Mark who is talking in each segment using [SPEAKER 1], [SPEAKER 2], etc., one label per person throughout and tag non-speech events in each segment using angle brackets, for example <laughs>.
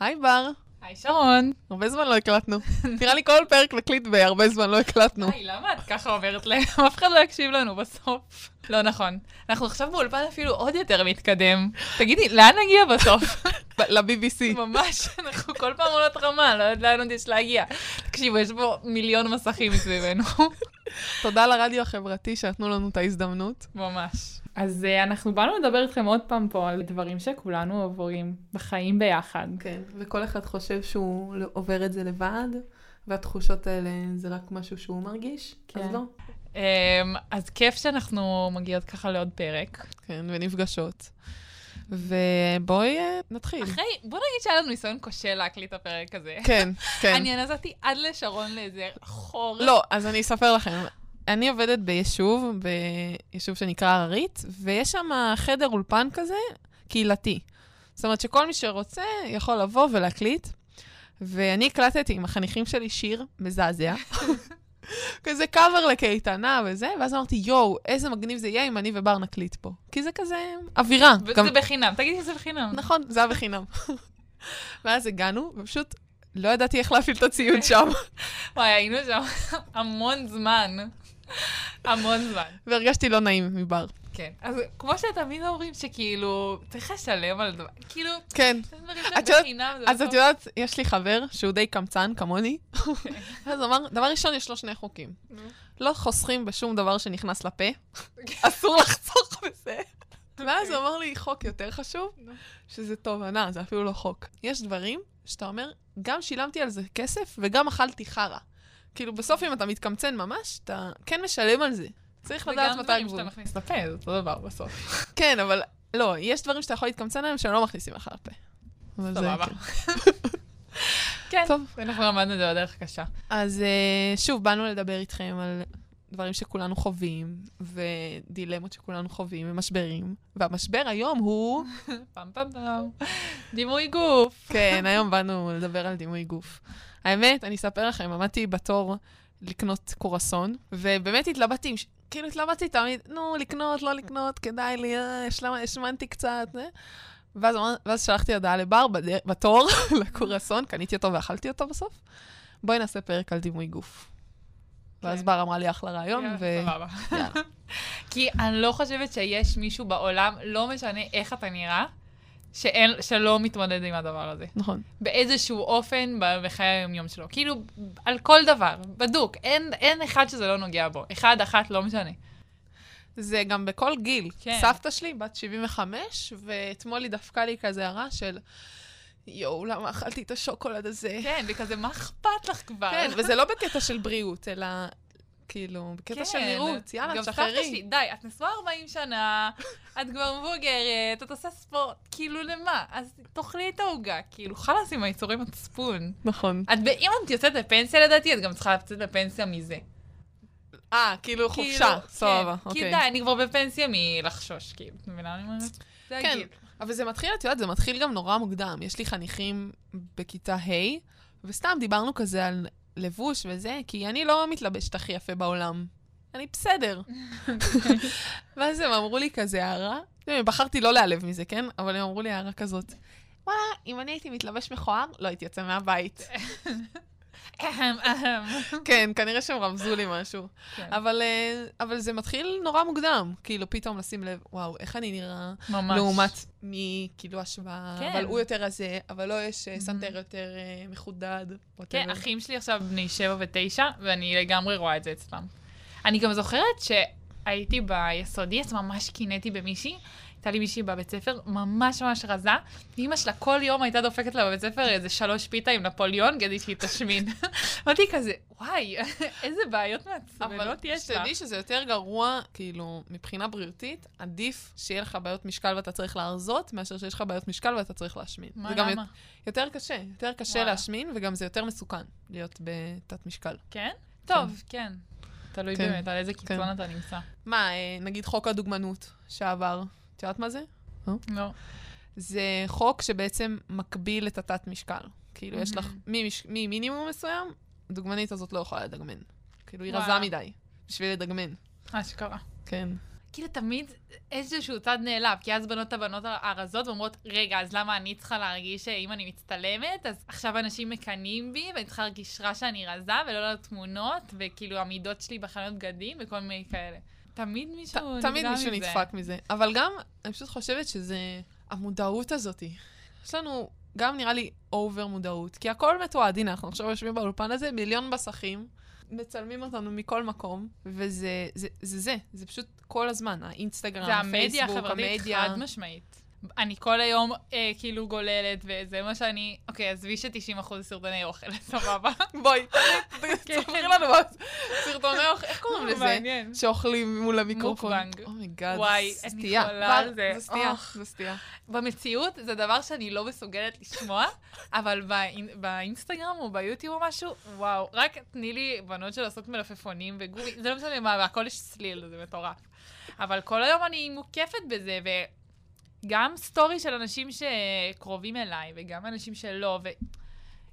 [SPEAKER 1] היי בר,
[SPEAKER 2] היי שרון.
[SPEAKER 1] הרבה זמן לא הקלטנו. נראה לי כל פרק נקליט בהרבה זמן לא הקלטנו.
[SPEAKER 2] היי, למה את ככה אומרת להם? <laughs> אף אחד לא יקשיב לנו בסוף. לא נכון. אנחנו עכשיו באולפן אפילו עוד יותר מתקדם. תגידי, לאן נגיע <laughs> בסוף?
[SPEAKER 1] ב- ל-BBC.
[SPEAKER 2] ממש, אנחנו כל פעם עולות רמה, לא יודעת לאן עוד יש להגיע. תקשיבו, יש פה מיליון מסכים סביבנו. <laughs>
[SPEAKER 1] תודה לרדיו החברתי שנתנו לנו את ההזדמנות.
[SPEAKER 2] ממש. אז אה, אנחנו באנו לדבר איתכם עוד פעם פה על דברים שכולנו עוברים בחיים ביחד.
[SPEAKER 1] כן, וכל אחד חושב שהוא עובר את זה לבד, והתחושות האלה זה רק משהו שהוא מרגיש,
[SPEAKER 2] כן. אז לא. אמ, אז כיף שאנחנו מגיעות ככה לעוד <laughs> פרק.
[SPEAKER 1] כן, ונפגשות. ובואי אה, נתחיל.
[SPEAKER 2] אחרי, בוא נגיד שהיה לנו ניסיון כושל להקליט את הפרק הזה.
[SPEAKER 1] כן, כן.
[SPEAKER 2] אני נסעתי עד לשרון לאיזה חור.
[SPEAKER 1] לא, אז אני אספר לכם. אני עובדת ביישוב, ביישוב שנקרא הררית, ויש שם חדר אולפן כזה, קהילתי. זאת אומרת שכל מי שרוצה יכול לבוא ולהקליט. ואני הקלטתי עם החניכים שלי שיר מזעזע. כזה קאבר לקייטנה וזה, ואז אמרתי, יואו, איזה מגניב זה יהיה אם אני ובר נקליט פה. כי זה כזה אווירה. גם-
[SPEAKER 2] וזה בחינם, תגידי שזה בחינם.
[SPEAKER 1] נכון, זה היה בחינם. ואז הגענו, ופשוט לא ידעתי איך להפעיל את הציוד שם.
[SPEAKER 2] וואי, היינו שם המון זמן. המון זמן.
[SPEAKER 1] והרגשתי לא נעים מבר.
[SPEAKER 2] כן. אז כמו שתמיד אומרים שכאילו, צריך לשלם על דבר. כאילו,
[SPEAKER 1] כן.
[SPEAKER 2] זה דברים שהם
[SPEAKER 1] את יודעת-
[SPEAKER 2] בחינם. זה לא
[SPEAKER 1] אז
[SPEAKER 2] בסוף-
[SPEAKER 1] את יודעת, יש לי חבר שהוא די קמצן, כמוני.
[SPEAKER 2] <laughs>
[SPEAKER 1] אז אמר, דבר ראשון, יש לו שני חוקים.
[SPEAKER 2] נו. אוקיי.
[SPEAKER 1] לא חוסכים בשום דבר שנכנס לפה, <laughs> אסור לחסוך בזה. ואז הוא אמר לי, חוק יותר חשוב,
[SPEAKER 2] נו.
[SPEAKER 1] שזה תובנה, זה אפילו לא חוק. יש דברים שאתה אומר, גם שילמתי על זה כסף וגם אכלתי חרא. כאילו, בסוף אם אתה מתקמצן ממש, אתה כן משלם על זה. צריך
[SPEAKER 2] זה
[SPEAKER 1] לדעת
[SPEAKER 2] גם
[SPEAKER 1] מתי
[SPEAKER 2] דברים
[SPEAKER 1] הגבול.
[SPEAKER 2] שאתה מכניס לפה, זה אותו דבר בסוף.
[SPEAKER 1] כן, אבל לא, יש דברים שאתה יכול להתקמצן עליהם שהם לא מכניסים לך לפה. אבל זה
[SPEAKER 2] סבבה.
[SPEAKER 1] כן.
[SPEAKER 2] כן,
[SPEAKER 1] טוב.
[SPEAKER 2] אנחנו למדנו את זה בדרך הקשה.
[SPEAKER 1] אז אה, שוב, באנו לדבר איתכם על דברים שכולנו חווים, ודילמות שכולנו חווים, ומשברים. והמשבר היום הוא...
[SPEAKER 2] פעם פעם פעם. דימוי גוף.
[SPEAKER 1] כן, היום באנו לדבר על דימוי גוף. האמת, אני אספר לכם, עמדתי בתור לקנות קורסון, ובאמת התלבטתי, עם ש- כאילו התלבטתי תמיד, נו, לקנות, לא לקנות, כדאי לי, אה, השלמ- השמנתי קצת, אה. ואז, אמר- ואז שלחתי הודעה לבר בד- בתור <laughs> לקורסון, קניתי אותו ואכלתי אותו בסוף. בואי נעשה פרק על דימוי גוף. ואז
[SPEAKER 2] כן.
[SPEAKER 1] בר אמרה לי אחלה רעיון,
[SPEAKER 2] יאללה,
[SPEAKER 1] ו...
[SPEAKER 2] סבבה.
[SPEAKER 1] יאללה.
[SPEAKER 2] <laughs> כי אני לא חושבת שיש מישהו בעולם, לא משנה איך אתה נראה, שאין, שלא מתמודד עם הדבר הזה.
[SPEAKER 1] נכון.
[SPEAKER 2] באיזשהו אופן ב- בחיי היום-יום שלו. כאילו, על כל דבר, בדוק. אין, אין אחד שזה לא נוגע בו. אחד, אחת, לא משנה.
[SPEAKER 1] זה גם בכל גיל.
[SPEAKER 2] כן.
[SPEAKER 1] סבתא שלי בת 75, ואתמול היא דפקה לי כזה הערה של, יואו, למה אכלתי את השוקולד הזה?
[SPEAKER 2] כן, וכזה, מה אכפת לך כבר?
[SPEAKER 1] כן, וזה לא בקטע של בריאות, אלא כאילו, בקטע
[SPEAKER 2] כן.
[SPEAKER 1] של נראות. יאללה,
[SPEAKER 2] גם סבתא שלי,
[SPEAKER 1] תשחררי.
[SPEAKER 2] די, את נשואה 40 שנה, את כבר מבוגרת, את עושה ספורט, כאילו למה? אז תאכלי את העוגה, כאילו, חלאס עם האיסורי מצפון.
[SPEAKER 1] נכון.
[SPEAKER 2] את, ב- אם את יוצאת לפנסיה לדעתי, את גם צריכה לצאת לפנסיה מזה.
[SPEAKER 1] אה, כאילו חופשה.
[SPEAKER 2] כן.
[SPEAKER 1] סבבה, אוקיי.
[SPEAKER 2] כי די, אני כבר בפנסיה מלחשוש, כאילו. את מבינה מה אני אומרת? זה
[SPEAKER 1] כן.
[SPEAKER 2] הגיל.
[SPEAKER 1] אבל זה מתחיל, את יודעת, זה מתחיל גם נורא מוקדם. יש לי חניכים בכיתה ה', וסתם דיברנו כזה על לבוש וזה, כי אני לא מתלבשת הכי יפה בעולם. אני בסדר. ואז הם אמרו לי כזה הערה, תראי, בחרתי לא להיעלב מזה, כן? אבל הם אמרו לי הערה כזאת. וואלה, אם אני הייתי מתלבש מכוער, לא הייתי יוצא מהבית.
[SPEAKER 2] אהם, אהם.
[SPEAKER 1] כן, כנראה שהם רמזו לי משהו.
[SPEAKER 2] כן,
[SPEAKER 1] אבל, אה, אבל זה מתחיל נורא מוקדם. כאילו, פתאום לשים לב, וואו, איך אני נראה.
[SPEAKER 2] ממש.
[SPEAKER 1] לעומת מי, כאילו, השוואה,
[SPEAKER 2] כן.
[SPEAKER 1] אבל הוא יותר רזה, אבל לא יש אה,
[SPEAKER 2] Mhm.
[SPEAKER 1] סנטר יותר אה, מחודד.
[SPEAKER 2] כן,
[SPEAKER 1] whatever.
[SPEAKER 2] אחים שלי עכשיו בני שבע ותשע, ואני לגמרי רואה את זה אצלם. אני גם זוכרת שהייתי ביסודי, אז ממש קינאתי במישהי. הייתה לי מישהי בבית ספר ממש ממש רזה. אמא שלה כל יום הייתה דופקת לה בבית ספר איזה שלוש פיתה עם נפוליאון כדי שהיא תשמין. <laughs> אמרתי כזה, וואי, <laughs> איזה בעיות
[SPEAKER 1] אבל
[SPEAKER 2] מעצבנות יש לה.
[SPEAKER 1] תדעי שזה יותר גרוע, כאילו, מבחינה בריאותית, עדיף שיהיה לך בעיות משקל ואתה צריך להרזות, מאשר שיש לך בעיות משקל ואתה צריך להשמין.
[SPEAKER 2] מה,
[SPEAKER 1] זה גם
[SPEAKER 2] למה?
[SPEAKER 1] יותר קשה, יותר קשה
[SPEAKER 2] וואלה.
[SPEAKER 1] להשמין, וגם זה יותר מסוכן להיות בתת משקל.
[SPEAKER 2] כן? טוב, כן. תלוי
[SPEAKER 1] כן.
[SPEAKER 2] באמת על איזה קיצון אתה נמצא.
[SPEAKER 1] מה, אה, נגיד חוק הדוגמנות שעבר, את יודעת מה זה?
[SPEAKER 2] לא.
[SPEAKER 1] זה חוק שבעצם מקביל את התת משקל. כאילו, יש לך
[SPEAKER 2] Mhm.
[SPEAKER 1] ממש- ממינימום מסוים, הדוגמנית הזאת לא יכולה לדגמן. כאילו, היא
[SPEAKER 2] וואו.
[SPEAKER 1] רזה מדי בשביל לדגמן.
[SPEAKER 2] אשכרה.
[SPEAKER 1] כן.
[SPEAKER 2] כאילו תמיד איזשהו צד נעלב, כי אז בנות את הבנות הרזות ואומרות, רגע, אז למה אני צריכה להרגיש שאם אני מצטלמת, אז עכשיו אנשים מקנאים בי, ואני צריכה להרגיש רע שאני רזה, ולא לעלות תמונות, וכאילו המידות שלי בחנות בגדים, וכל מיני כאלה. תמיד
[SPEAKER 1] ת-
[SPEAKER 2] מישהו נגרע מזה.
[SPEAKER 1] תמיד מישהו נדפק מזה. אבל גם, אני פשוט חושבת שזה המודעות הזאת. יש לנו גם, נראה לי, אובר מודעות, כי הכל מתועד. הנה, אנחנו עכשיו יושבים באולפן הזה, מיליון מסכים, מצלמים אותנו מכל מקום, וזה זה זה, זה, זה פשוט כל הזמן, האינסטגרם,
[SPEAKER 2] זה המדיה
[SPEAKER 1] הפייסבוק,
[SPEAKER 2] החברתית,
[SPEAKER 1] המדיה.
[SPEAKER 2] חד משמעית. אני כל היום אה, כאילו גוללת, וזה מה שאני... אוקיי, עזבי ש-90% סרטוני אוכל, <laughs> סבבה.
[SPEAKER 1] בואי,
[SPEAKER 2] כן.
[SPEAKER 1] תספרי לנו מה זה. סרטוני אוכל, איך קוראים
[SPEAKER 2] <laughs>
[SPEAKER 1] לזה?
[SPEAKER 2] מעניין.
[SPEAKER 1] שאוכלים מול המיקרופון. Oh
[SPEAKER 2] מוקבנג.
[SPEAKER 1] אומייגאד,
[SPEAKER 2] וואי, אני
[SPEAKER 1] סטייה.
[SPEAKER 2] חולה על
[SPEAKER 1] בל-
[SPEAKER 2] זה.
[SPEAKER 1] זה סטייה,
[SPEAKER 2] אוח.
[SPEAKER 1] זה סטייה.
[SPEAKER 2] במציאות זה דבר שאני לא מסוגלת לשמוע, אבל באינ- באינסטגרם או ביוטיוב או משהו, וואו, רק תני לי בנות שעושות מלפפונים וגומי, זה לא משנה מה, והכל יש צליל, זה מטורף. אבל כל היום אני מוקפת בזה, וגם סטורי של אנשים שקרובים אליי, וגם אנשים שלא,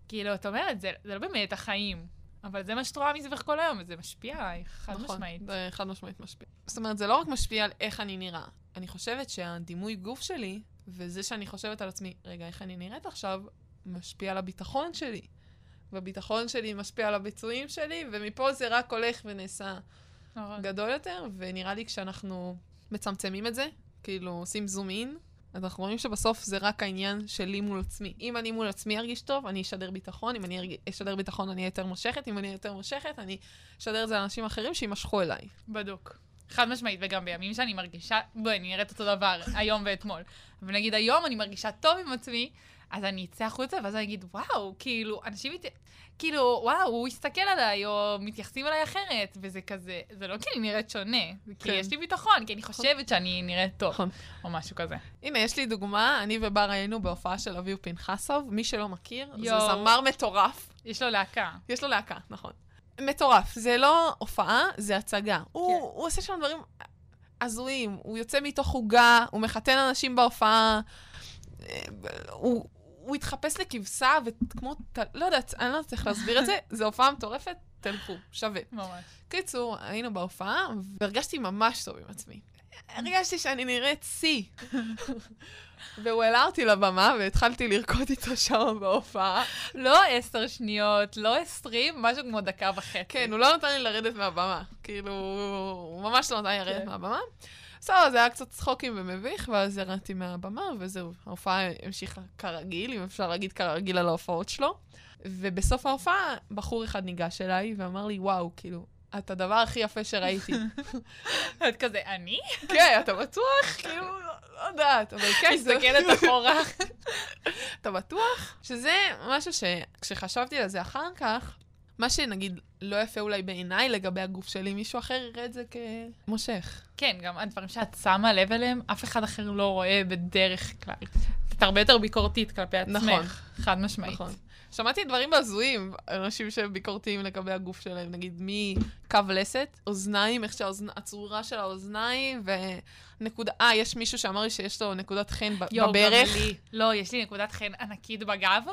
[SPEAKER 2] וכאילו, את אומרת, זה, זה לא באמת החיים, אבל זה מה שאת רואה מסביבך כל היום, וזה משפיע עלייך, חד
[SPEAKER 1] נכון,
[SPEAKER 2] משמעית.
[SPEAKER 1] זה חד משמעית משפיע. זאת אומרת, זה לא רק משפיע על איך אני נראה. אני חושבת שהדימוי גוף שלי, וזה שאני חושבת על עצמי, רגע, איך אני נראית עכשיו, משפיע על הביטחון שלי. והביטחון שלי משפיע על הביצועים שלי, ומפה זה רק הולך ונעשה
[SPEAKER 2] נכון.
[SPEAKER 1] גדול יותר, ונראה לי כשאנחנו מצמצמים את זה, כאילו עושים זום אין, אז אנחנו רואים שבסוף זה רק העניין שלי מול עצמי. אם אני מול עצמי ארגיש טוב, אני אשדר ביטחון, אם אני ארג- אשדר ביטחון אני אהיה יותר מושכת, אם אני אהיה יותר מושכת, אני אשדר את זה לאנשים אחרים שיימשכו אליי.
[SPEAKER 2] בדוק. חד משמעית, וגם בימים שאני מרגישה, בואי, אני נראית אותו דבר, היום ואתמול. אבל נגיד היום אני מרגישה טוב עם עצמי, אז אני אצא החוצה, ואז אני אגיד, וואו, כאילו, אנשים, מת... כאילו, וואו, הוא הסתכל עליי, או מתייחסים אליי אחרת, וזה כזה, זה לא כי אני נראית שונה, זה כי
[SPEAKER 1] כן.
[SPEAKER 2] יש לי ביטחון, כי אני חושבת שאני נראית טוב,
[SPEAKER 1] נכון.
[SPEAKER 2] או משהו כזה.
[SPEAKER 1] הנה, יש לי דוגמה, אני ובר היינו בהופעה של אביב פנחסוב, מי שלא מכיר, זה
[SPEAKER 2] יואו.
[SPEAKER 1] זמר מטורף.
[SPEAKER 2] יש לו להקה.
[SPEAKER 1] יש לו להקה, נכון. מטורף, זה לא הופעה, זה הצגה. הוא, הוא עושה שם דברים הזויים, הוא יוצא מתוך עוגה, הוא מחתן אנשים בהופעה, אה, הוא, הוא התחפש לכבשה וכמו, ת- לא יודעת, אני לא יודעת איך להסביר את זה, זו הופעה מטורפת, תלכו, שווה.
[SPEAKER 2] ממש.
[SPEAKER 1] קיצור, היינו בהופעה, והרגשתי ממש טוב עם עצמי. הרגשתי שאני נראית שיא. והוא העלה אותי לבמה, והתחלתי לרקוד איתו שם בהופעה.
[SPEAKER 2] לא עשר שניות, לא עשרים, משהו כמו דקה וחצי.
[SPEAKER 1] כן, הוא לא נתן לי לרדת מהבמה. כאילו, הוא ממש לא נתן לי לרדת
[SPEAKER 2] כן.
[SPEAKER 1] מהבמה. בסדר, זה היה קצת צחוקים ומביך, ואז ירדתי מהבמה, וזהו, ההופעה המשיכה כרגיל, אם אפשר להגיד כרגיל על ההופעות שלו. ובסוף ההופעה, בחור אחד ניגש אליי ואמר לי, וואו, כאילו, את הדבר הכי יפה שראיתי.
[SPEAKER 2] את כזה, אני?
[SPEAKER 1] כן, אתה בטוח? כאילו, לא יודעת, אבל כן, זה...
[SPEAKER 2] מסתכלת אחורה.
[SPEAKER 1] אתה בטוח? שזה משהו שכשחשבתי על זה אחר כך, מה שנגיד לא יפה אולי בעיניי לגבי הגוף שלי, מישהו אחר יראה את זה כמושך.
[SPEAKER 2] כן, גם הדברים שאת שמה לב אליהם, אף אחד אחר לא רואה בדרך כלל. את הרבה יותר ביקורתית כלפי עצמך.
[SPEAKER 1] נכון.
[SPEAKER 2] חד משמעית.
[SPEAKER 1] נכון. שמעתי דברים הזויים, אנשים שהם ביקורתיים לגבי הגוף שלהם, נגיד מקו לסת, אוזניים, איך שהצורה של האוזניים, ונקודה, אה, יש מישהו שאמר לי שיש לו נקודת חן ב-
[SPEAKER 2] יואו, גם
[SPEAKER 1] בברך.
[SPEAKER 2] לי. לא, יש לי נקודת חן ענקית בגב.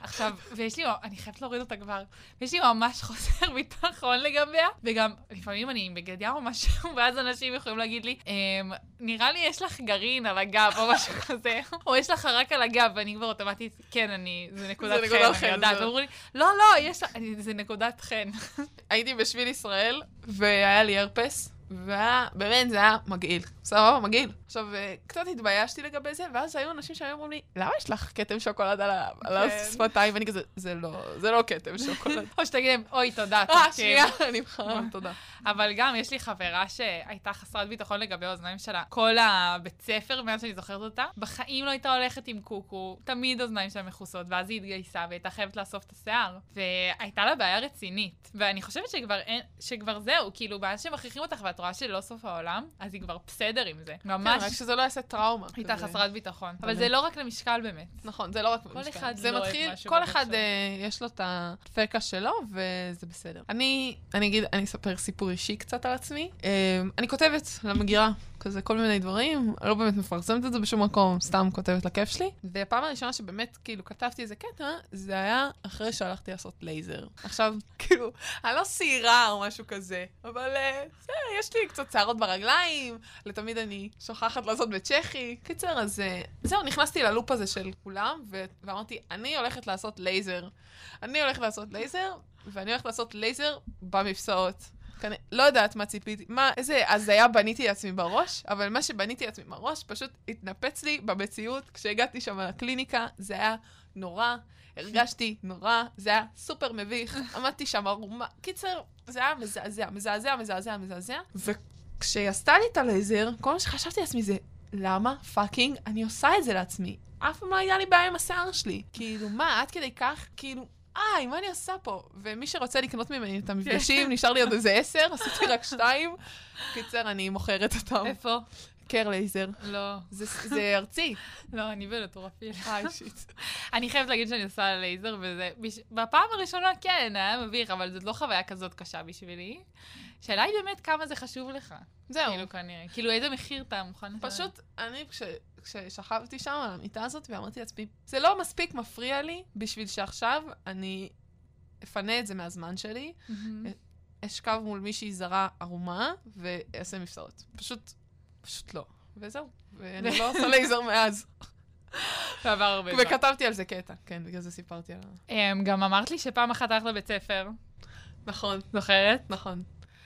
[SPEAKER 2] עכשיו, ויש לי, אני חייבת להוריד אותה כבר. ויש לי ממש חוסר <laughs> ביטחון לגביה, וגם לפעמים אני עם בגד ים או משהו, <laughs> ואז אנשים יכולים להגיד לי, אמ, נראה לי יש לך גרעין על הגב או משהו <laughs> כזה, או יש לך חרק על הגב, ואני כבר אוטומטית, כן, אני, זה נקודת
[SPEAKER 1] נקודת
[SPEAKER 2] חן,
[SPEAKER 1] חן,
[SPEAKER 2] אני יודעת.
[SPEAKER 1] זה-
[SPEAKER 2] ואומרים לי, לא, לא, יש לך, אני- זה נקודת חן.
[SPEAKER 1] הייתי בשביל ישראל, והיה לי הרפס, והיה, באמת, זה היה מגעיל. סבבה, מגעיל. עכשיו, אה, קצת התביישתי לגבי זה, ואז היו אנשים שהיו אומרים לי, למה יש לך כתם שוקולד על ה- על
[SPEAKER 2] כן.
[SPEAKER 1] השפתיים? ואני כזה, זה לא, זה לא כתם שוקולד. <laughs>
[SPEAKER 2] או שתגיד להם, אוי, תודה,
[SPEAKER 1] אה,
[SPEAKER 2] תקשיב."
[SPEAKER 1] שנייה, אני מחרב, תודה.
[SPEAKER 2] אבל גם, יש לי חברה שהייתה חסרת ביטחון לגבי האוזניים שלה כל הבית ספר, מאז שאני זוכרת אותה. בחיים לא הייתה הולכת עם קוקו, תמיד אוזניים שלה מכוסות, ואז היא התגייסה והייתה חייבת לאסוף את השיער. והייתה לה בעיה רצינית. ואני חושבת שכבר, אין, שכבר זהו, כאילו, מאז שמכריחים אותך ואת רואה שזה לא סוף העולם, אז היא כבר בסדר עם זה.
[SPEAKER 1] כן,
[SPEAKER 2] ממש
[SPEAKER 1] רק שזה לא יעשה טראומה.
[SPEAKER 2] הייתה
[SPEAKER 1] כזה.
[SPEAKER 2] חסרת ביטחון. אבל
[SPEAKER 1] באמת.
[SPEAKER 2] זה לא רק למשקל באמת.
[SPEAKER 1] נכון, זה לא רק במשקל.
[SPEAKER 2] אחד
[SPEAKER 1] זה
[SPEAKER 2] לא אוהב
[SPEAKER 1] מתחיל,
[SPEAKER 2] משהו
[SPEAKER 1] כל
[SPEAKER 2] בגוף
[SPEAKER 1] אחד
[SPEAKER 2] שלו.
[SPEAKER 1] אה, יש לו את הדפקה שלו, וזה בסדר. אני, אני אגיד, אני אספר סיפור אישי קצת על עצמי. אה, אני כותבת למגירה כזה כל מיני דברים, לא באמת מפרסמת את זה בשום מקום, סתם כותבת לכיף שלי. והפעם הראשונה שבאמת, כאילו, כתבתי איזה קטע, זה היה אחרי שהלכתי לעשות לייזר. עכשיו, <laughs> כאילו, אני לא שעירה או משהו כזה, אבל אה, בסדר, יש לי קצת שערות ברגליים, לתמיד אני שוכחת לעשות בצ'כי. קיצר, אז אה, זהו, נכנסתי ללופ הזה של כולם, ו- ואמרתי, אני הולכת לעשות לייזר. אני הולכת לעשות לייזר, ואני הולכת לעשות לייזר במפסעות. כנ- לא יודעת מה ציפיתי, מה, איזה הזיה בניתי לעצמי בראש, אבל מה שבניתי לעצמי בראש פשוט התנפץ לי במציאות. כשהגעתי שם לקליניקה, זה היה נורא, הרגשתי נורא, זה היה סופר <laughs> מביך, עמדתי שם ערומה. קיצר, זה היה מזעזע, מזעזע, מזעזע, מזעזע. וכשהיא עשתה לי את הלייזר, כל מה שחשבתי לעצמי זה, למה פאקינג אני עושה את זה לעצמי? אף פעם לא הייתה לי בעיה עם השיער שלי. כאילו, מה, עד כדי כך, כאילו, איי, מה אני עושה פה? ומי שרוצה לקנות ממני את המפגשים, נשאר לי עוד <laughs> איזה עשר, עשיתי רק שתיים. קיצר, אני מוכרת אותם.
[SPEAKER 2] איפה?
[SPEAKER 1] קר לייזר.
[SPEAKER 2] לא,
[SPEAKER 1] זה- זה ארצי.
[SPEAKER 2] לא, אני בלטורפיל.
[SPEAKER 1] איי, שיט.
[SPEAKER 2] אני חייבת להגיד שאני עושה לייזר, וזה... בש... בפעם הראשונה כן, היה מביך, אבל זאת לא חוויה כזאת קשה בשבילי. השאלה היא באמת כמה זה חשוב לך.
[SPEAKER 1] זהו.
[SPEAKER 2] כאילו, כנראה. כאילו, איזה מחיר אתה מוכן לשלם?
[SPEAKER 1] פשוט, אני, כש- כששכבתי שם על המיטה הזאת, ואמרתי לעצמי, זה לא מספיק מפריע לי בשביל שעכשיו אני אפנה את זה מהזמן שלי,
[SPEAKER 2] מהמם.
[SPEAKER 1] אשכב מול מישהי זרה ערומה, ואעשה מפסעות. פשוט, פשוט לא. וזהו. ואני לא עושה לייזר <laughs> מאז.
[SPEAKER 2] ועבר הרבה זמן.
[SPEAKER 1] וכתבתי על זה קטע. כן, בגלל זה סיפרתי על ה...
[SPEAKER 2] אמ, גם אמרת לי שפעם אחת הלכת לבית ספר,
[SPEAKER 1] נכון,
[SPEAKER 2] זוכרת?
[SPEAKER 1] נכון.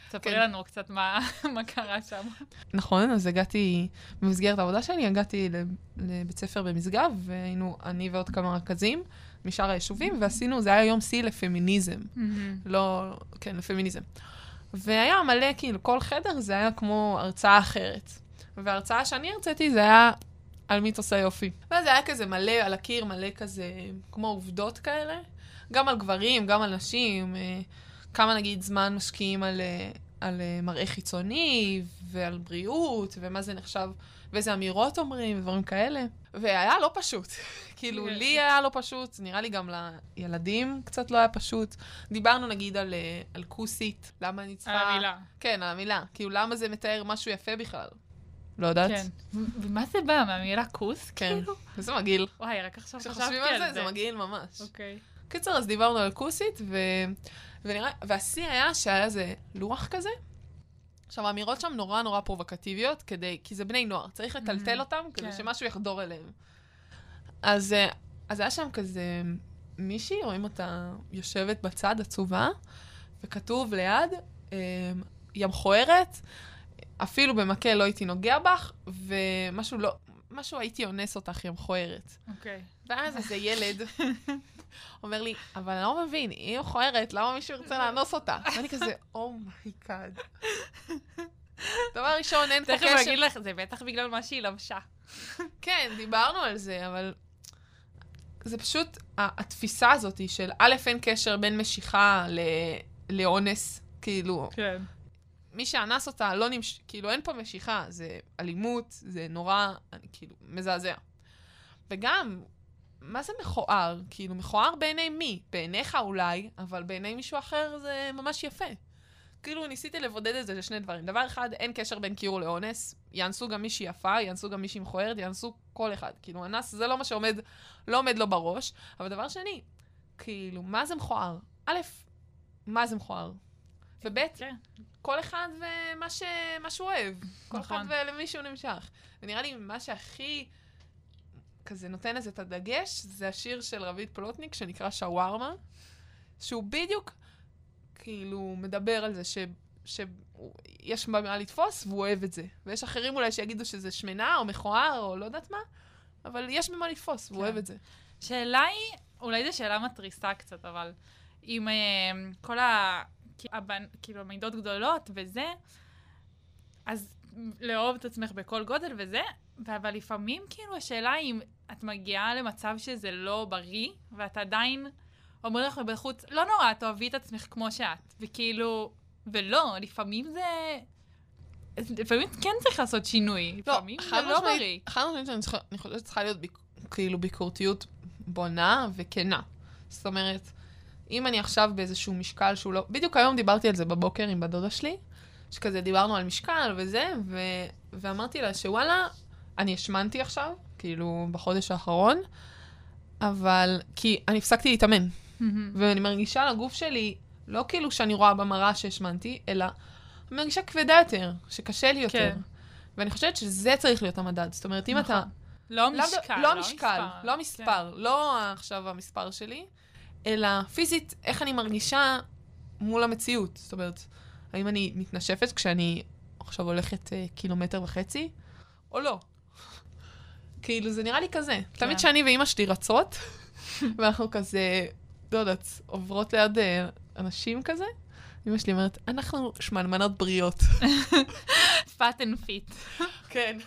[SPEAKER 2] ספרי
[SPEAKER 1] כן.
[SPEAKER 2] לנו קצת מה <laughs> מה קרה שם.
[SPEAKER 1] נכון, אז הגעתי, במסגרת העבודה שלי, הגעתי לב- לבית ספר במשגב, והיינו אני ועוד כמה רכזים משאר היישובים, ועשינו, זה היה יום שיא לפמיניזם.
[SPEAKER 2] Mm-hmm.
[SPEAKER 1] לא, כן, לפמיניזם. והיה מלא, כאילו, כל חדר זה היה כמו הרצאה אחרת. וההרצאה שאני הרציתי זה היה על מיתוס היופי. ואז היה כזה מלא על הקיר, מלא כזה, כמו עובדות כאלה. גם על גברים, גם על נשים, אה, כמה נגיד זמן משקיעים על, אה, על אה, מראה חיצוני, ועל בריאות, ומה זה נחשב, ואיזה אמירות אומרים, ודברים כאלה. והיה לא פשוט. <laughs> כאילו, לי היה לא פשוט, נראה לי גם לילדים קצת לא היה פשוט. דיברנו נגיד על, אה, על כוסית, למה אני
[SPEAKER 2] על
[SPEAKER 1] צריכה...
[SPEAKER 2] המילה.
[SPEAKER 1] כן, על המילה. כאילו, למה זה מתאר משהו יפה בכלל? לא יודעת.
[SPEAKER 2] כן. ו- ומה זה בא? מהמילה כוס?
[SPEAKER 1] כן.
[SPEAKER 2] כאילו?
[SPEAKER 1] זה מגעיל.
[SPEAKER 2] וואי, רק עכשיו חשבתי
[SPEAKER 1] כשחושבים
[SPEAKER 2] על
[SPEAKER 1] על
[SPEAKER 2] זה.
[SPEAKER 1] זה, זה מגעיל ממש.
[SPEAKER 2] אוקיי.
[SPEAKER 1] קיצר, אז דיברנו על כוסית, ו... ונראה... והשיא היה שהיה איזה לוח כזה. עכשיו, האמירות שם נורא נורא פרובוקטיביות, כדי... כי זה בני נוער, צריך לטלטל
[SPEAKER 2] Mhm,
[SPEAKER 1] אותם כדי
[SPEAKER 2] כן.
[SPEAKER 1] שמשהו יחדור אליהם. אז, אה, אז היה שם כזה מישהי, רואים אותה יושבת בצד עצובה, וכתוב ליד, אה, היא המכוערת, אפילו במקל לא הייתי נוגע בך, ומשהו לא... משהו הייתי אונס אותך, היא המכוערת.
[SPEAKER 2] אוקיי.
[SPEAKER 1] ואז איזה ילד אומר לי, אבל אני לא מבין, היא מכוערת, למה מישהו ירצה לאנוס אותה? ואני כזה, אומייגאד. דבר ראשון, אין פה
[SPEAKER 2] תכף
[SPEAKER 1] קשר.
[SPEAKER 2] אני אגיד לך, זה בטח בגלל מה שהיא לבשה.
[SPEAKER 1] כן, דיברנו על זה, אבל זה פשוט ה- התפיסה הזאת של א', אין קשר בין משיכה ל- לאונס, כאילו,
[SPEAKER 2] כן.
[SPEAKER 1] מי שאנס אותה לא נמש... כאילו, אין פה משיכה, זה אלימות, זה נורא, אני- כאילו, מזעזע. וגם, מה זה מכוער? כאילו, מכוער בעיני מי? בעיניך אולי, אבל בעיני מישהו אחר זה ממש יפה. כאילו, ניסיתי לבודד את זה לשני דברים. דבר אחד, אין קשר בין קיור לאונס. יאנסו גם מישהי יפה, יאנסו גם מישהי מכוערת, יאנסו כל אחד. כאילו, אנס זה לא מה שעומד, לא עומד לו בראש. אבל דבר שני, כאילו, מה זה מכוער? א', מה זה מכוער? וב',
[SPEAKER 2] כן.
[SPEAKER 1] כל אחד ומה ש... מה שהוא אוהב. כל אחד
[SPEAKER 2] נכון.
[SPEAKER 1] ולמי שהוא נמשך. ונראה לי מה שהכי כזה נותן לזה את הדגש, זה השיר של רביד פלוטניק שנקרא שווארמה, שהוא בדיוק כאילו מדבר על זה ש... שיש במה לתפוס והוא אוהב את זה. ויש אחרים אולי שיגידו שזה שמנה או מכוער או לא יודעת מה, אבל יש במה לתפוס והוא
[SPEAKER 2] כן.
[SPEAKER 1] אוהב את זה.
[SPEAKER 2] שאלה היא, אולי זו שאלה מתריסה קצת, אבל עם אה, כל ה... כי- הבנ... כאילו, המידות גדולות וזה, אז לאהוב את עצמך בכל גודל וזה, ו- אבל לפעמים, כאילו, השאלה היא אם את מגיעה למצב שזה לא בריא, ואת עדיין אומרים לך בחוץ, לא נורא, תאהבי את עצמך כמו שאת. וכאילו, ולא, לפעמים זה... לפעמים כן צריך לעשות שינוי, לפעמים זה לא
[SPEAKER 1] משמעית-
[SPEAKER 2] בריא.
[SPEAKER 1] חד משמעית שאני צריכה- אני חושבת שצריכה להיות ביק, כאילו ביקורתיות בונה וכנה. זאת אומרת, אם אני עכשיו באיזשהו משקל שהוא לא... בדיוק היום דיברתי על זה בבוקר עם בת דודה שלי, שכזה דיברנו על משקל וזה, ו... ואמרתי לה שוואלה, אני השמנתי עכשיו, כאילו, בחודש האחרון, אבל... כי אני הפסקתי להתאמן,
[SPEAKER 2] Mm.
[SPEAKER 1] ואני מרגישה לגוף שלי, לא כאילו שאני רואה במראה שהשמנתי, אלא אני מרגישה כבדה יותר, שקשה לי יותר.
[SPEAKER 2] כן.
[SPEAKER 1] ואני חושבת שזה צריך להיות המדד. זאת אומרת, אם אתה...
[SPEAKER 2] נכון. לא
[SPEAKER 1] לאו ד-
[SPEAKER 2] משקל,
[SPEAKER 1] לא המשקל,
[SPEAKER 2] מספר. כן.
[SPEAKER 1] לא המספר, לא ה- עכשיו המספר שלי, אלא פיזית, איך אני מרגישה מול המציאות. זאת אומרת, האם אני מתנשפת כשאני עכשיו הולכת אה, קילומטר וחצי, או לא. כאילו, זה נראה לי כזה.
[SPEAKER 2] כן.
[SPEAKER 1] תמיד שאני ואימא שלי
[SPEAKER 2] <laughs>
[SPEAKER 1] רצות, ואנחנו כזה, לא יודעת, עוברות ליד אה, אנשים כזה, אמא שלי אומרת, אנחנו שמנמנות בריאות.
[SPEAKER 2] כן. fat and fit.
[SPEAKER 1] <laughs> כן.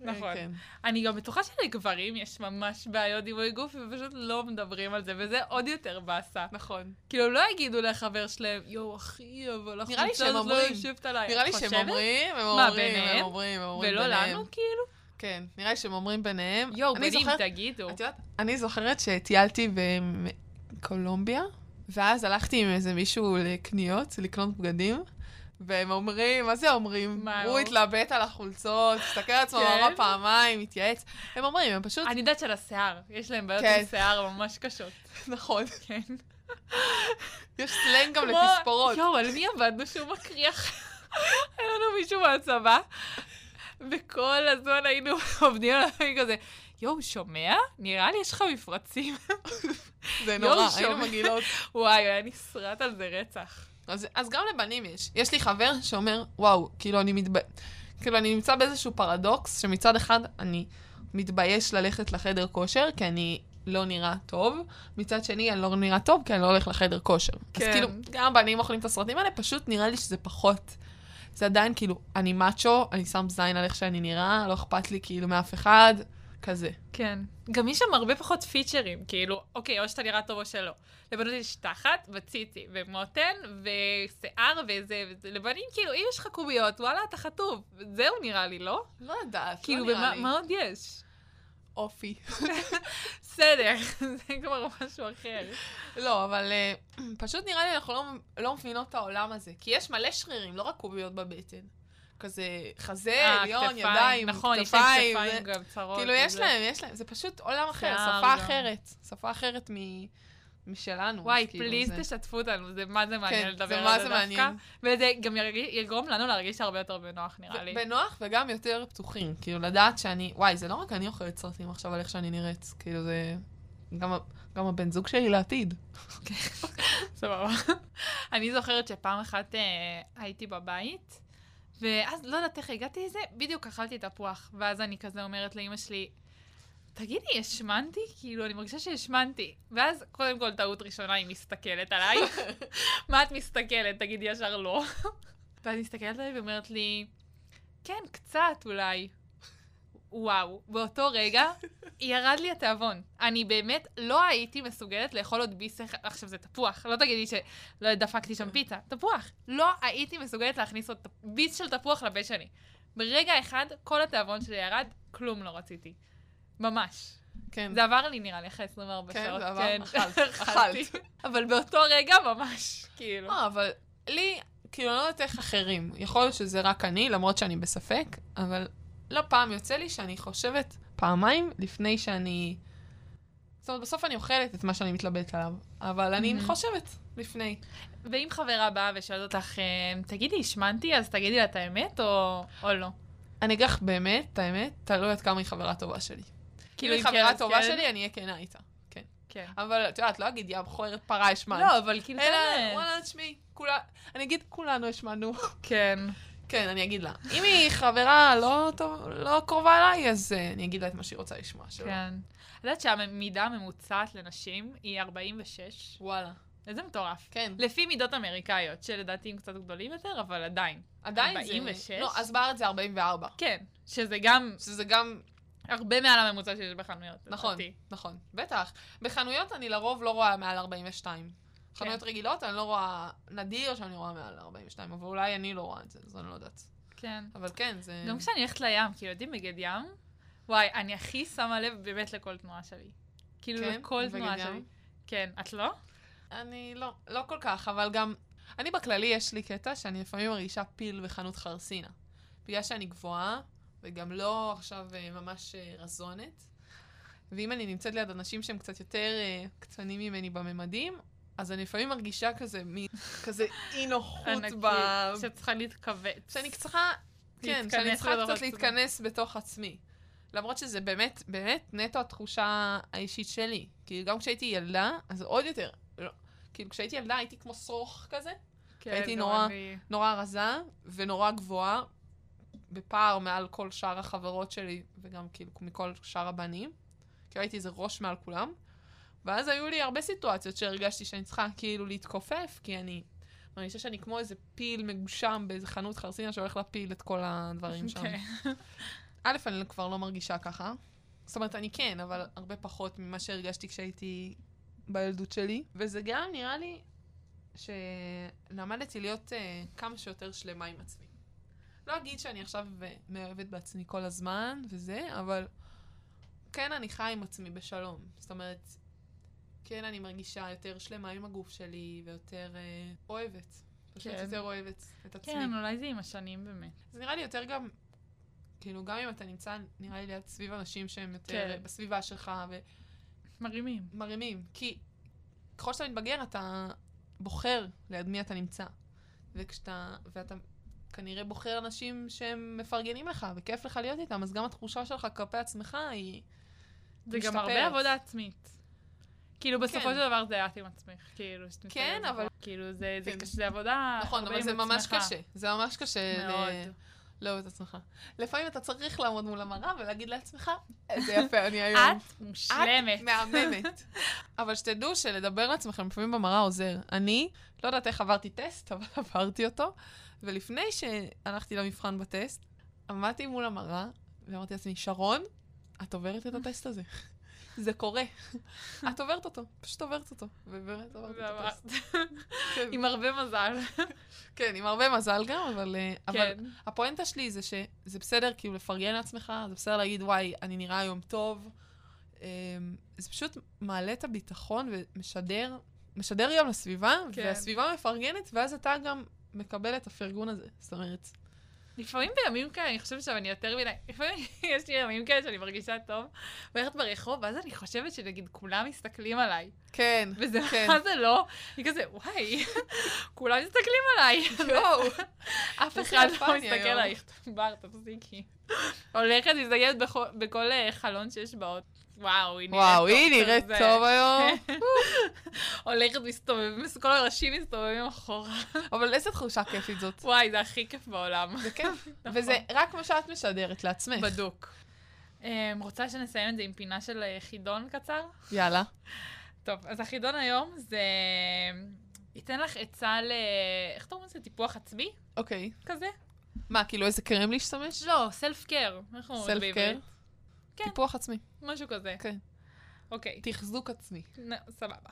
[SPEAKER 2] נכון.
[SPEAKER 1] כן.
[SPEAKER 2] אני גם בטוחה שלגברים יש ממש בעיות דימוי גוף, ופשוט לא מדברים על זה, וזה עוד יותר באסה.
[SPEAKER 1] נכון.
[SPEAKER 2] כאילו, הם לא יגידו לחבר שלהם, יואו, אחי, אבל
[SPEAKER 1] נראה לי
[SPEAKER 2] החולצה
[SPEAKER 1] שהם
[SPEAKER 2] הזאת לא
[SPEAKER 1] אומרים.
[SPEAKER 2] יושבת עליי.
[SPEAKER 1] נראה לי
[SPEAKER 2] את
[SPEAKER 1] שהם
[SPEAKER 2] חושבת?
[SPEAKER 1] אומרים, הם
[SPEAKER 2] מה,
[SPEAKER 1] אומרים, הם
[SPEAKER 2] ביניהם?
[SPEAKER 1] אומרים, הם אומרים
[SPEAKER 2] ולא
[SPEAKER 1] ביניהם.
[SPEAKER 2] לנו, כאילו?
[SPEAKER 1] כן, נראה לי שהם אומרים ביניהם.
[SPEAKER 2] יואו,
[SPEAKER 1] אני
[SPEAKER 2] בנים,
[SPEAKER 1] זוכרת-
[SPEAKER 2] תגידו.
[SPEAKER 1] את יודעת, אני זוכרת שטיילתי בקולומביה, ואז הלכתי עם איזה מישהו לקניות, לקנות בגדים. והם אומרים, מה זה אומרים?
[SPEAKER 2] מה,
[SPEAKER 1] הוא
[SPEAKER 2] הוא?
[SPEAKER 1] התלבט על החולצות, הסתכל על עצמו
[SPEAKER 2] כן?
[SPEAKER 1] במראה פעמיים, התייעץ. הם אומרים, הם פשוט...
[SPEAKER 2] אני יודעת שלשיער, יש להם בעיות
[SPEAKER 1] כן.
[SPEAKER 2] עם שיער ממש קשות.
[SPEAKER 1] <laughs> נכון.
[SPEAKER 2] כן.
[SPEAKER 1] יש סלנג גם
[SPEAKER 2] כמו-
[SPEAKER 1] לתספורות.
[SPEAKER 2] יואו, על מי עבדנו שהוא <laughs> מקריח? היה לנו מישהו מהצבא, וכל הזמן היינו עובדים עליו היינו כזה, יואו, שומע? נראה לי יש לך מפרצים.
[SPEAKER 1] זה
[SPEAKER 2] יום
[SPEAKER 1] נורא, היינו
[SPEAKER 2] שומע.
[SPEAKER 1] מגעילות.
[SPEAKER 2] וואי, הוא היה נסרט על זה רצח.
[SPEAKER 1] אז, אז גם לבנים יש. יש לי חבר שאומר, וואו, כאילו אני מתב... כאילו אני נמצא באיזשהו פרדוקס, שמצד אחד אני מתבייש ללכת לחדר כושר, כי אני לא נראה טוב, מצד שני אני לא נראה טוב, כי אני לא הולך לחדר כושר. כן. אז
[SPEAKER 2] כן.
[SPEAKER 1] כאילו, גם בנים אוכלים את הסרטים האלה, פשוט נראה לי שזה פחות. זה עדיין כאילו, אני מאצ'ו, אני שם זין על איך שאני נראה, לא אכפת לי כאילו מאף אחד, כזה.
[SPEAKER 2] כן. גם יש שם הרבה פחות פיצ'רים, כאילו, אוקיי, או שאתה נראה טוב או שלא. לבנות יש תחת, וציצי, ומותן, ושיער, וזה, וזה. לבנים, כאילו, אם יש לך קוביות, וואלה, אתה חטוב. זהו נראה לי, לא?
[SPEAKER 1] לא יודעת,
[SPEAKER 2] כאילו, במה- מה עוד יש?
[SPEAKER 1] אופי.
[SPEAKER 2] <laughs> בסדר, זה כבר משהו אחר.
[SPEAKER 1] לא, אבל אה, <clears throat> פשוט נראה לי אנחנו לא, לא מבינות את העולם הזה. כי יש מלא שרירים, לא רק קוביות בבטן. כזה חזה,
[SPEAKER 2] אה,
[SPEAKER 1] עליון,
[SPEAKER 2] כתפיים,
[SPEAKER 1] ידיים,
[SPEAKER 2] נכון, יש להם
[SPEAKER 1] כתפיים.
[SPEAKER 2] כתפיים
[SPEAKER 1] זה-
[SPEAKER 2] גם צרות.
[SPEAKER 1] כאילו, יש
[SPEAKER 2] וזה.
[SPEAKER 1] להם, יש להם. זה פשוט עולם אחר,
[SPEAKER 2] שיער
[SPEAKER 1] שפה
[SPEAKER 2] כן, גם.
[SPEAKER 1] אחרת. שפה אחרת מ- משלנו.
[SPEAKER 2] וואי,
[SPEAKER 1] אז כאילו,
[SPEAKER 2] פליז
[SPEAKER 1] זה-
[SPEAKER 2] תשתפו אותנו, זה מה זה מעניין
[SPEAKER 1] כן,
[SPEAKER 2] לדבר
[SPEAKER 1] זה
[SPEAKER 2] על זה
[SPEAKER 1] מה
[SPEAKER 2] דווקא.
[SPEAKER 1] זה מעניין.
[SPEAKER 2] וזה גם ירגיש- יגרום לנו להרגיש הרבה יותר בנוח, נראה לי.
[SPEAKER 1] בנוח וגם יותר פתוחים. כאילו, לדעת שאני... וואי, זה לא רק אני אוכלת סרטים עכשיו על איך שאני נראית. כאילו, זה... גם, ה- גם הבן זוג שלי לעתיד.
[SPEAKER 2] <laughs> סבבה. אני זוכרת שפעם אחת אה, הייתי בבית, ואז לא יודעת איך הגעתי לזה, בדיוק אכלתי תפוח. ואז אני כזה אומרת לאימא שלי, תגידי, השמנתי? כאילו, אני מרגישה שהשמנתי. ואז, קודם כל, טעות ראשונה, היא מסתכלת עליי. מה את מסתכלת? תגידי ישר לא. ואז היא מסתכלת עליי ואומרת לי, כן, קצת אולי. וואו, באותו רגע ירד לי התיאבון. אני באמת לא הייתי מסוגלת לאכול עוד ביס אחד, עכשיו זה תפוח, לא תגידי שלא דפקתי שם פיצה, תפוח. לא הייתי מסוגלת להכניס עוד תפ- ביס של תפוח לפה שלי. ברגע אחד, כל התיאבון שלי ירד, כלום לא רציתי. ממש.
[SPEAKER 1] כן.
[SPEAKER 2] זה עבר לי נראה לי אחרי 24
[SPEAKER 1] כן,
[SPEAKER 2] שעות.
[SPEAKER 1] זה עבר? אכלת,
[SPEAKER 2] <laughs> אכלתי. אבל באותו רגע ממש, כאילו.
[SPEAKER 1] לא, אבל לי, כאילו, אני לא יודעת איך אחרים. יכול להיות שזה רק אני, למרות שאני בספק, אבל לא פעם יוצא לי שאני חושבת פעמיים לפני שאני... זאת אומרת, בסוף אני אוכלת את מה שאני מתלבט עליו, אבל אני
[SPEAKER 2] מהמם.
[SPEAKER 1] חושבת לפני.
[SPEAKER 2] ואם חברה באה ושואלת אותך, אה, תגידי, השמנתי, אז תגידי לה את האמת או, או לא?
[SPEAKER 1] אני אגיד לך באמת, את האמת, תלוי עד כמה היא חברה טובה שלי. כאילו, היא
[SPEAKER 2] אם כן,
[SPEAKER 1] חברה
[SPEAKER 2] אז
[SPEAKER 1] טובה
[SPEAKER 2] כן.
[SPEAKER 1] שלי, אני אהיה כנה איתה. כן.
[SPEAKER 2] כן.
[SPEAKER 1] אבל את יודעת, לא אגיד, יא מכוערת פרה, השמנת.
[SPEAKER 2] לא, אבל כאילו...
[SPEAKER 1] אלא,
[SPEAKER 2] תאמר.
[SPEAKER 1] וואלה, תשמעי, כולה... אני אגיד, כולנו השמנו.
[SPEAKER 2] כן.
[SPEAKER 1] כן, אני אגיד לה. אם היא חברה לא, טוב, לא קרובה אליי, אז אה, אני אגיד לה את מה שהיא רוצה לשמוע. שלא.
[SPEAKER 2] כן. את יודעת שהמידה הממוצעת לנשים היא 46?
[SPEAKER 1] וואלה.
[SPEAKER 2] איזה מטורף.
[SPEAKER 1] כן.
[SPEAKER 2] לפי מידות אמריקאיות, שלדעתי הם קצת גדולים יותר, אבל עדיין.
[SPEAKER 1] עדיין
[SPEAKER 2] 46?
[SPEAKER 1] זה... לא, אז בארץ זה 44.
[SPEAKER 2] כן. שזה גם
[SPEAKER 1] שזה גם...
[SPEAKER 2] הרבה מעל הממוצע שיש בחנויות.
[SPEAKER 1] נכון,
[SPEAKER 2] לדעתי.
[SPEAKER 1] נכון. בטח. בחנויות אני לרוב לא רואה מעל 42.
[SPEAKER 2] כן.
[SPEAKER 1] חנויות רגילות אני לא רואה... נדיר שאני רואה מעל 42, אבל אולי אני לא רואה את זה, אז אני לא יודעת.
[SPEAKER 2] כן.
[SPEAKER 1] אבל כן, זה...
[SPEAKER 2] גם כשאני הולכת לים, כאילו, יודעים, בגד ים, וואי, אני הכי שמה לב באמת לכל תנועה שלי. כאילו,
[SPEAKER 1] כן?
[SPEAKER 2] לכל
[SPEAKER 1] בגד
[SPEAKER 2] תנועה
[SPEAKER 1] ים?
[SPEAKER 2] שלי. כן, את לא?
[SPEAKER 1] אני לא, לא כל כך, אבל גם... אני בכללי, יש לי קטע שאני לפעמים מרגישה פיל בחנות חרסינה. בגלל שאני גבוהה, וגם לא עכשיו אה, ממש אה, רזונת. ואם אני נמצאת ליד אנשים שהם קצת יותר אה, קטנים ממני בממדים, אז אני לפעמים מרגישה כזה מין, כזה אי נוחות
[SPEAKER 2] ענקית,
[SPEAKER 1] ב...
[SPEAKER 2] שאת צריכה להתכווץ.
[SPEAKER 1] שאני צריכה, כן,
[SPEAKER 2] להתכנס
[SPEAKER 1] שאני צריכה
[SPEAKER 2] לדבר
[SPEAKER 1] קצת
[SPEAKER 2] עצמו.
[SPEAKER 1] להתכנס בתוך עצמי. למרות שזה באמת, באמת נטו התחושה האישית שלי. כאילו, גם כשהייתי ילדה, אז עוד יותר. לא. כאילו, כשהייתי ילדה הייתי כמו שרוך כזה,
[SPEAKER 2] כן,
[SPEAKER 1] הייתי
[SPEAKER 2] גם
[SPEAKER 1] נורא-
[SPEAKER 2] אני-
[SPEAKER 1] נורא רזה ונורא גבוהה, בפער מעל כל שאר החברות שלי, וגם כאילו מכל שאר הבנים. כאילו הייתי איזה ראש מעל כולם. ואז היו לי הרבה סיטואציות שהרגשתי שאני צריכה כאילו להתכופף, כי אני מרגישה שאני כמו איזה פיל מגושם באיזה חנות חרסינה שהולך להפיל את כל הדברים שם.
[SPEAKER 2] <laughs> כן.
[SPEAKER 1] א', אני כבר לא מרגישה ככה. זאת אומרת, אני כן, אבל הרבה פחות ממה שהרגשתי כשהייתי בילדות שלי. וזה גם נראה לי שלמדתי להיות uh, כמה שיותר שלמה עם עצמי. לא אגיד שאני עכשיו אה, מאוהבת בעצמי כל הזמן וזה, אבל כן אני חיה עם עצמי בשלום. זאת אומרת, כן אני מרגישה יותר שלמה עם הגוף שלי ויותר אה, אוהבת. פשוט
[SPEAKER 2] כן.
[SPEAKER 1] יותר אוהבת את עצמי.
[SPEAKER 2] כן, אולי זה עם השנים באמת.
[SPEAKER 1] זה נראה לי יותר גם, כאילו, גם אם אתה נמצא, נראה לי ליד סביב אנשים שהם יותר
[SPEAKER 2] כן.
[SPEAKER 1] כן. בסביבה שלך
[SPEAKER 2] מרימים.
[SPEAKER 1] ומרימים. כי ככל שאתה מתבגר, אתה בוחר ליד מי אתה נמצא. וכשאתה, ואתה כנראה בוחר אנשים שהם מפרגנים לך, וכיף לך להיות איתם, אז גם התחושה שלך כלפי עצמך היא...
[SPEAKER 2] זה גם
[SPEAKER 1] משתפרת.
[SPEAKER 2] הרבה עבודה עצמית. כאילו, בסופו
[SPEAKER 1] כן.
[SPEAKER 2] של דבר זה את עם עצמך, כאילו, שאת
[SPEAKER 1] כן,
[SPEAKER 2] מתערבת
[SPEAKER 1] אבל-
[SPEAKER 2] בו. כאילו, זה זה
[SPEAKER 1] כן.
[SPEAKER 2] קשה, זה עבודה...
[SPEAKER 1] נכון,
[SPEAKER 2] הרבה
[SPEAKER 1] אבל
[SPEAKER 2] עם
[SPEAKER 1] זה ממש
[SPEAKER 2] אה, עצמך.
[SPEAKER 1] קשה. זה ממש קשה ל-
[SPEAKER 2] מאוד.
[SPEAKER 1] לאהוב את עצמך. לפעמים אתה צריך לעמוד מול המראה ולהגיד לעצמך, איזה יפה אני היום.
[SPEAKER 2] את מושלמת.
[SPEAKER 1] את מהממת. אבל שתדעו שלדבר לעצמכם לפעמים במראה עוזר. אני, לא יודעת איך עברתי טסט, אבל <laughs> עברתי אותו, ולפני שהלכתי למבחן בטסט, עמדתי מול המראה ואמרתי לעצמי, שרון, את עוברת את הטסט הזה. <laughs> זה קורה. <laughs> את עוברת אותו, פשוט עוברת אותו. ובאמת עברתי את הטסט. כן.
[SPEAKER 2] עם הרבה מזל.
[SPEAKER 1] כן, עם הרבה מזל גם, אבל... אה, אבל
[SPEAKER 2] כן.
[SPEAKER 1] הפואנטה שלי זה שזה בסדר כאילו לפרגן לעצמך, זה בסדר להגיד, וואי, אני נראה היום טוב. אמ, זה פשוט מעלה את הביטחון ומשדר, משדר גם לסביבה,
[SPEAKER 2] כן.
[SPEAKER 1] כן. והסביבה מפרגנת, ואז אתה גם מקבל את הפרגון הזה. זאת אומרת,
[SPEAKER 2] לפעמים בימים כאלה, אני חושבת שאני יותר מדי, לפעמים <laughs> יש לי ימים כאלה שאני מרגישה טוב, והולכת ברחוב, ואז אני חושבת שנגיד כולם מסתכלים עליי.
[SPEAKER 1] כן.
[SPEAKER 2] וזה
[SPEAKER 1] כן.
[SPEAKER 2] מה זה לא? היא כזה, וואי, <laughs> כולם מסתכלים
[SPEAKER 1] <laughs>
[SPEAKER 2] עליי.
[SPEAKER 1] יואו,
[SPEAKER 2] אף
[SPEAKER 1] איזה
[SPEAKER 2] אחד
[SPEAKER 1] יפה
[SPEAKER 2] לא
[SPEAKER 1] אני
[SPEAKER 2] מסתכל
[SPEAKER 1] היום.
[SPEAKER 2] עלייך, בר, תפסיקי. הולכת, מסתכלת בכ- בכל אה, חלון שיש באוטו. וואו, היא נראית
[SPEAKER 1] וואו,
[SPEAKER 2] טוב
[SPEAKER 1] היא נראית
[SPEAKER 2] כזה.
[SPEAKER 1] טוב היום.
[SPEAKER 2] הולכת, מסתובבת, כל הראשים מסתובבים אחורה.
[SPEAKER 1] אבל איזה תחושה כיפית זאת.
[SPEAKER 2] וואי, זה הכי כיף בעולם.
[SPEAKER 1] זה כיף. וזה רק מה שאת משדרת לעצמך.
[SPEAKER 2] בדוק. אמ, רוצה שנסיים את זה עם פינה של אה, חידון קצר?
[SPEAKER 1] יאללה.
[SPEAKER 2] טוב, אז החידון היום זה... ייתן לך עצה ל... איך אתה אומר לזה? טיפוח עצמי?
[SPEAKER 1] אוקיי.
[SPEAKER 2] כזה?
[SPEAKER 1] מה, כאילו איזה קרם להשתמש?
[SPEAKER 2] לא, סלף קר. איך אומרים
[SPEAKER 1] סלף קר?
[SPEAKER 2] בעברית? כן.
[SPEAKER 1] טיפוח עצמי.
[SPEAKER 2] משהו כזה.
[SPEAKER 1] כן.
[SPEAKER 2] אוקיי.
[SPEAKER 1] תחזוק עצמי.
[SPEAKER 2] נ- סבבה.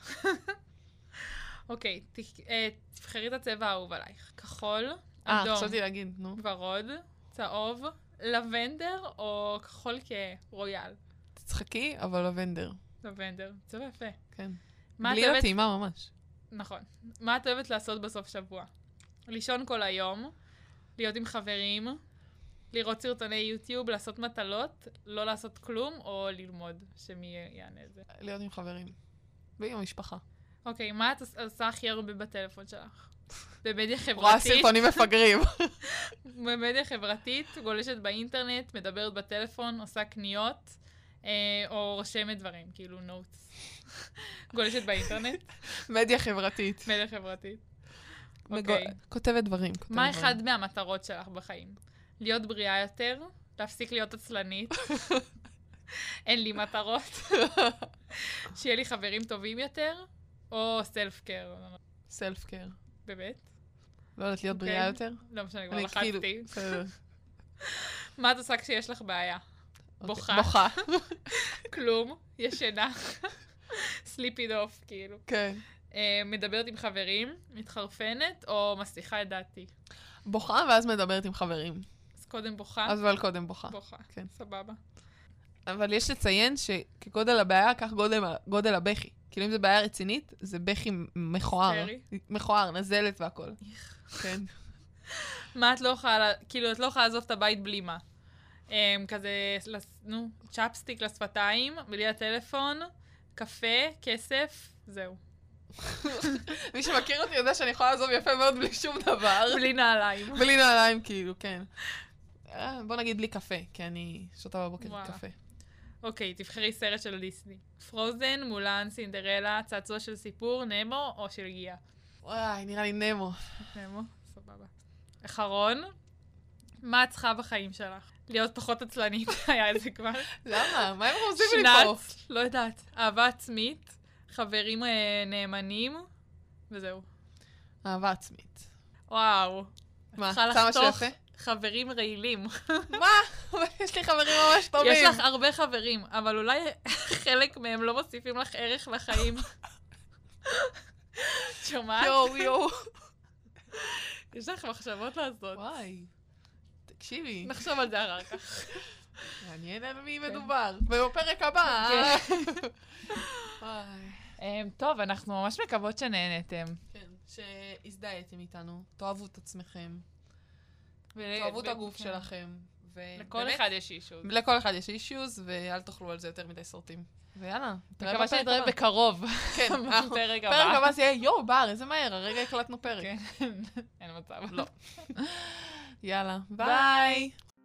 [SPEAKER 2] <laughs> אוקיי, ת- אה, תבחרי את הצבע האהוב עלייך. כחול,
[SPEAKER 1] אה,
[SPEAKER 2] אדום,
[SPEAKER 1] חשבתי להגיד, נו.
[SPEAKER 2] ורוד, צהוב, לבנדר או כחול כרויאל.
[SPEAKER 1] תצחקי, אבל לבנדר.
[SPEAKER 2] לבנדר. צבע יפה.
[SPEAKER 1] כן.
[SPEAKER 2] מה את
[SPEAKER 1] גלידה
[SPEAKER 2] אוהבת...
[SPEAKER 1] טעימה ממש.
[SPEAKER 2] נכון. מה את אוהבת לעשות בסוף שבוע? לישון כל היום, להיות עם חברים, לראות סרטוני יוטיוב, לעשות מטלות, לא לעשות כלום, או ללמוד, שמי יענה את זה.
[SPEAKER 1] להיות עם חברים. ועם המשפחה.
[SPEAKER 2] אוקיי, מה את עוש- עושה הכי הרבה בטלפון שלך? במדיה
[SPEAKER 1] רואה
[SPEAKER 2] חברתית,
[SPEAKER 1] סרטונים מפגרים. <laughs>
[SPEAKER 2] במדיה חברתית, גולשת באינטרנט, מדברת בטלפון, עושה קניות, אה, או רושמת דברים, כאילו נוטס. <laughs> גולשת באינטרנט,
[SPEAKER 1] מדיה חברתית.
[SPEAKER 2] מדיה חברתית. אוקיי.
[SPEAKER 1] מגו- כותבת דברים. כותבת
[SPEAKER 2] מה
[SPEAKER 1] דברים.
[SPEAKER 2] אחד מהמטרות שלך בחיים? להיות בריאה יותר, להפסיק
[SPEAKER 1] <laughs>
[SPEAKER 2] להיות עצלנית, אין לי מטרות, שיהיה לי חברים טובים יותר, או סלף קר,
[SPEAKER 1] סלף קר.
[SPEAKER 2] באמת?
[SPEAKER 1] לא יודעת להיות
[SPEAKER 2] אוקיי.
[SPEAKER 1] בריאה יותר?
[SPEAKER 2] לא משנה, כבר
[SPEAKER 1] אני כאילו-
[SPEAKER 2] לחצתי. <laughs>
[SPEAKER 1] בסדר.
[SPEAKER 2] מה את עושה כשיש לך בעיה?
[SPEAKER 1] אוקיי.
[SPEAKER 2] בוכה. <laughs>
[SPEAKER 1] בוכה.
[SPEAKER 2] כלום, ישנה, סליפיד אוף, כאילו.
[SPEAKER 1] כן.
[SPEAKER 2] אה, מדברת עם חברים, מתחרפנת, או מסליחה את דעתי.
[SPEAKER 1] בוכה ואז מדברת עם חברים.
[SPEAKER 2] אז קודם בוכה,
[SPEAKER 1] אז אבל קודם בוכה.
[SPEAKER 2] אה? בוכה.
[SPEAKER 1] כן.
[SPEAKER 2] סבבה.
[SPEAKER 1] אבל יש לציין שכגודל הבעיה, כך גודל- גודל הבכי. כאילו, אם זה בעיה רצינית, זה בכי מכוער.
[SPEAKER 2] היסטרי.
[SPEAKER 1] מכוער, נזלת והכול. כן.
[SPEAKER 2] מה את לא יכולה, לה- כאילו, את לא יכולה לעזוב את הבית בלי מה. אמ, כזה, לס- נו, צ'אפסטיק לשפתיים, בלי הטלפון, קפה, כסף, זהו. <laughs>
[SPEAKER 1] מי שמכיר אותי יודע שאני יכולה לעזוב יפה מאוד בלי שום דבר.
[SPEAKER 2] בלי נעליים.
[SPEAKER 1] בלי נעליים, כאילו, כן. אה, בוא נגיד בלי קפה, כי אני שותה בבוקר
[SPEAKER 2] וואלה.
[SPEAKER 1] קפה.
[SPEAKER 2] אוקיי, תבחרי סרט של דיסני. פרוזן, מולן, סינדרלה, צעצוע של סיפור, נמו או של גיאה.
[SPEAKER 1] וואי, נראה לי נמו.
[SPEAKER 2] נמו, סבבה. אחרון, מה את צריכה בחיים שלך? להיות פחות עצלנית, <laughs> היה את זה כבר.
[SPEAKER 1] למה? מה הם רומזים לי פה?
[SPEAKER 2] שנץ, לא יודעת. אהבה עצמית, חברים אה, נאמנים, וזהו.
[SPEAKER 1] אהבה עצמית.
[SPEAKER 2] וואו.
[SPEAKER 1] מה,
[SPEAKER 2] צריכה
[SPEAKER 1] שמה
[SPEAKER 2] לחתוך
[SPEAKER 1] שיפה?
[SPEAKER 2] חברים רעילים.
[SPEAKER 1] מה? <laughs> אבל יש לי חברים ממש טובים.
[SPEAKER 2] יש לך הרבה חברים, אבל אולי חלק מהם לא מוסיפים לך ערך <laughs> לחיים. שומעת?
[SPEAKER 1] יואו, יואו.
[SPEAKER 2] יש לך מחשבות לעשות.
[SPEAKER 1] וואי. תקשיבי,
[SPEAKER 2] נחשוב על זה אחר כך.
[SPEAKER 1] מעניין על מי
[SPEAKER 2] כן.
[SPEAKER 1] מדובר. ובפרק הבא, אה? <laughs> וואי.
[SPEAKER 2] אמ, טוב, אנחנו ממש מקוות שנהנתם.
[SPEAKER 1] כן, שהזדהיתם איתנו, תאהבו את עצמכם, תאהבו את הגוף שלכם. ו-
[SPEAKER 2] כן. לכל
[SPEAKER 1] באמת,
[SPEAKER 2] אחד יש אישו.
[SPEAKER 1] לכל אחד יש אישיוז, ואל תאכלו על זה יותר מדי סרטים. ויאללה, נתראה
[SPEAKER 2] מקווה
[SPEAKER 1] בפרק
[SPEAKER 2] שנתראה
[SPEAKER 1] הבא.
[SPEAKER 2] בקרוב. <laughs>
[SPEAKER 1] כן, אנחנו-
[SPEAKER 2] בפרק
[SPEAKER 1] פרק
[SPEAKER 2] הבא.
[SPEAKER 1] הבא זה יהיה יואו, בר, איזה מהר, הרגע
[SPEAKER 2] <laughs>
[SPEAKER 1] הקלטנו פרק.
[SPEAKER 2] כן. אין מצב.
[SPEAKER 1] לא. יאללה,
[SPEAKER 2] ביי.
[SPEAKER 1] ביי.